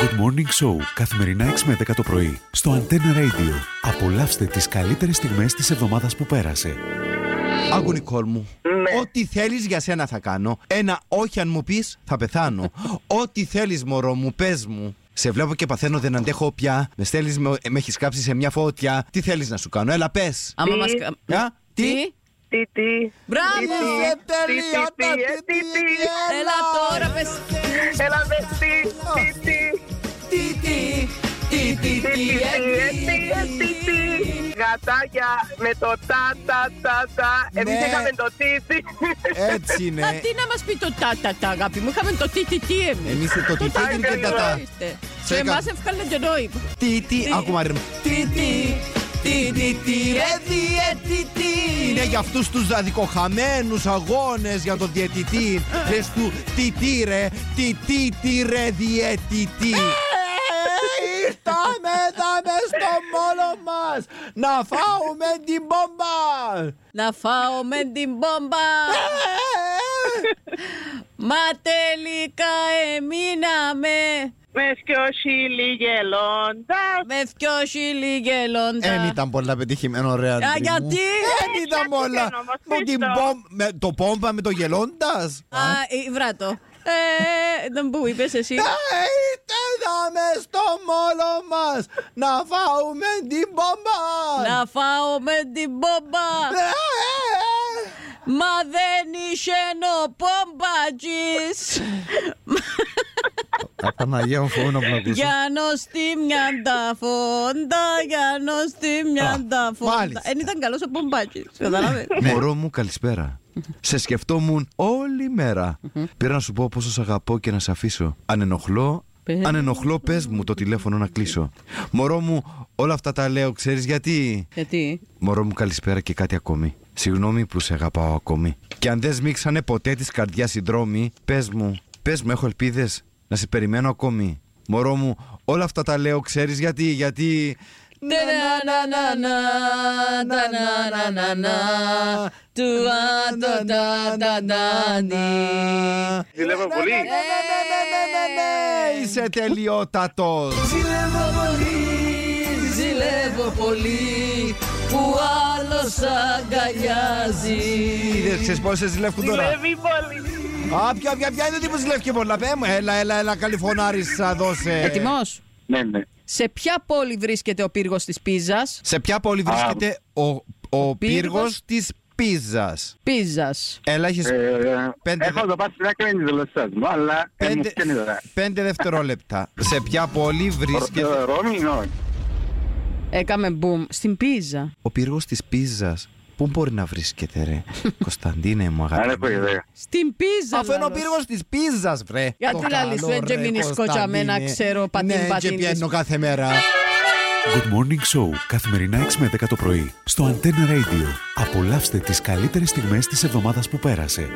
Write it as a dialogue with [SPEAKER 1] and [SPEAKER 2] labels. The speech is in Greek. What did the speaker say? [SPEAKER 1] Good Morning Show καθημερινά 6 με 10 το πρωί στο Antenna Radio. Απολαύστε τις καλύτερες στιγμές της εβδομάδας που πέρασε.
[SPEAKER 2] Άκου Νικόλ μου.
[SPEAKER 3] Ναι.
[SPEAKER 2] Ό,τι θέλεις για σένα θα κάνω. Ένα όχι αν μου πεις, θα πεθάνω. Ό,τι θέλεις, μωρό μου, πες μου. Σε βλέπω και παθαίνω, δεν αντέχω πια. Με στέλνεις, με, με έχεις κάψει σε μια φωτιά. Τι θέλεις να σου κάνω, έλα πες.
[SPEAKER 4] Άμα
[SPEAKER 3] Τι?
[SPEAKER 4] μας... κα- Τι?
[SPEAKER 3] Τι, τι.
[SPEAKER 4] Μπράβο!
[SPEAKER 3] Τι, τι, τι, τι, ε, τι, τι,
[SPEAKER 4] Έλα τώρα, πες
[SPEAKER 3] Έλα με τι, τι, τι,
[SPEAKER 4] τι, τι, τι, τι,
[SPEAKER 3] τι,
[SPEAKER 4] τι,
[SPEAKER 3] τι,
[SPEAKER 4] ε,
[SPEAKER 3] τι,
[SPEAKER 4] τι,
[SPEAKER 3] τι, τι, τι. Γατάκια με το τα, τα, τα, τα. Εμείς
[SPEAKER 2] Ναι.
[SPEAKER 3] είχαμε το τι, τι.
[SPEAKER 2] Έτσι
[SPEAKER 4] Α,
[SPEAKER 2] είναι.
[SPEAKER 4] τι να μας πει το τα τα τα αγάπη μου, είχαμε το τι τι τι εμείς.
[SPEAKER 2] Εμείς το τι τι
[SPEAKER 3] τι,
[SPEAKER 2] και τα τα.
[SPEAKER 4] Ορίστε.
[SPEAKER 2] Σε
[SPEAKER 4] Και
[SPEAKER 2] κα-
[SPEAKER 4] εμάς έφκανε και νόημα.
[SPEAKER 2] Τι τι, άκου Μαρία μου. Τι τι, τι τι, τι, ρε διαιτητή. Είναι για αυτούς τους αδικοχαμένους αγώνες για τον διαιτητή. Λες του τι τι ρε, τι τι τι ρε διαιτητή. Ε, Ήρθαμε δάμε στο μόνο μας να φάουμε την μπόμπα.
[SPEAKER 4] Να φάω με την μπόμπα, μα τελικά εμείναμε
[SPEAKER 3] Μες και ο Σίλι γελώντας.
[SPEAKER 4] με δυο σιλιγελόντα.
[SPEAKER 2] Δεν ήταν πολλά πετυχημένο ρε Αντρή
[SPEAKER 4] Α,
[SPEAKER 2] μου.
[SPEAKER 4] γιατί?
[SPEAKER 2] Δεν ήταν
[SPEAKER 3] Γιατί
[SPEAKER 2] πολλά.
[SPEAKER 3] δεν όμως,
[SPEAKER 2] Μου την
[SPEAKER 3] Χριστό.
[SPEAKER 2] μπομ- με Το πόμπα με το γελώντας.
[SPEAKER 4] Α, ε, βράτο. Ε, δεν που είπες εσύ.
[SPEAKER 2] Είτε δάμε στο μόλο μας να φάουμε την μπόμπα.
[SPEAKER 4] Να φάω με την μπόμπα. Μα δεν είσαι νοπόμπατζης
[SPEAKER 2] Απαναγία μου φοβούμαι να μην ακούσω.
[SPEAKER 4] Για νοστί μια τα φόντα Για νοστί μια τα φόντα
[SPEAKER 2] μάλιστα.
[SPEAKER 4] Εν ήταν καλός ο πομπάτζης Καταλάβες
[SPEAKER 2] Μωρό μου καλησπέρα. Σε σκεφτόμουν όλη μέρα. Πήρα να σου πω πόσο σ' αγαπώ και να σε αφήσω. Αν ενοχλώ,
[SPEAKER 4] Πες.
[SPEAKER 2] αν ενοχλώ πες μου το τηλέφωνο να κλείσω. Μωρό μου όλα αυτά τα λέω ξέρεις γιατί.
[SPEAKER 4] Γιατί
[SPEAKER 2] Μωρό μου καλησπέρα και κάτι ακόμη. Συγγνώμη που σε αγαπάω ακόμη. Και αν δεν σμίξανε ποτέ τη καρδιά οι δρόμοι, πες μου, πες μου, έχω ελπίδες να σε περιμένω ακόμη. Μωρό μου, όλα αυτά τα λέω, ξέρεις γιατί, γιατί.
[SPEAKER 4] Να να να να να να να να να Του άντο τα τα τα νι
[SPEAKER 3] Ζηλεύω πολύ.
[SPEAKER 4] Ε,
[SPEAKER 2] Είσαι τελειότατος.
[SPEAKER 4] Ζηλεύω πολύ, ζηλεύω πολύ Που άλλος αγκαλιάζει
[SPEAKER 2] Είδες, ξέρεις πόσε ζηλεύουν τώρα.
[SPEAKER 3] Ζηλεύει πολύ.
[SPEAKER 2] Α, πια, πια, πια είναι ότι που ζηλεύει και πολλά. Πε λοιπόν, μου, έλα, έλα, έλα, καλυφωνάρισα, δώσε.
[SPEAKER 4] Ετοιμός
[SPEAKER 5] Ναι, ναι.
[SPEAKER 4] Σε ποια πόλη βρίσκεται ο πύργος της Πίζας
[SPEAKER 2] Σε ποια πόλη βρίσκεται ο, ο πύργος
[SPEAKER 4] πύργος
[SPEAKER 2] της Πίζας.
[SPEAKER 4] Πίζας
[SPEAKER 2] Έλα, έχεις
[SPEAKER 5] Ε,
[SPEAKER 2] Πέντε δε-
[SPEAKER 5] έχω το πάρει στην άκρη της γλωσσάς μου, αλλά ε, μου
[SPEAKER 2] Πέντε,
[SPEAKER 5] φτιάχνει τώρα.
[SPEAKER 2] πέντε δευτερόλεπτα. Σε ποια πόλη βρίσκεται
[SPEAKER 5] Ρο- Ρώμη, ναι.
[SPEAKER 4] Έκαμε μπουμ στην Πίζα
[SPEAKER 2] ο πύργος της Πίζας. Πού μπορεί να βρίσκεται, ρε. Κωνσταντίνε μου,
[SPEAKER 5] Δεν
[SPEAKER 2] αγαπητέ.
[SPEAKER 5] έχω ιδέα.
[SPEAKER 4] Στην Πίζα
[SPEAKER 2] Αφού είναι ο
[SPEAKER 4] λαλός.
[SPEAKER 2] πύργος της Πίζας, βρε.
[SPEAKER 4] Γιατί
[SPEAKER 2] Το
[SPEAKER 4] λαλείς,
[SPEAKER 2] καλό,
[SPEAKER 4] δεν
[SPEAKER 2] ρε,
[SPEAKER 4] τζεμίνεις
[SPEAKER 2] Κωνσταντίνε.
[SPEAKER 4] κοτσαμένα, ξέρω, πατήν,
[SPEAKER 2] Ναι,
[SPEAKER 4] πατήν
[SPEAKER 2] και
[SPEAKER 4] της.
[SPEAKER 2] πιένω κάθε μέρα.
[SPEAKER 1] Good Morning Show καθημερινά 6 με 10 το πρωί στο Antenna Radio. Απολαύστε τις καλύτερες στιγμές της εβδομάδας που πέρασε.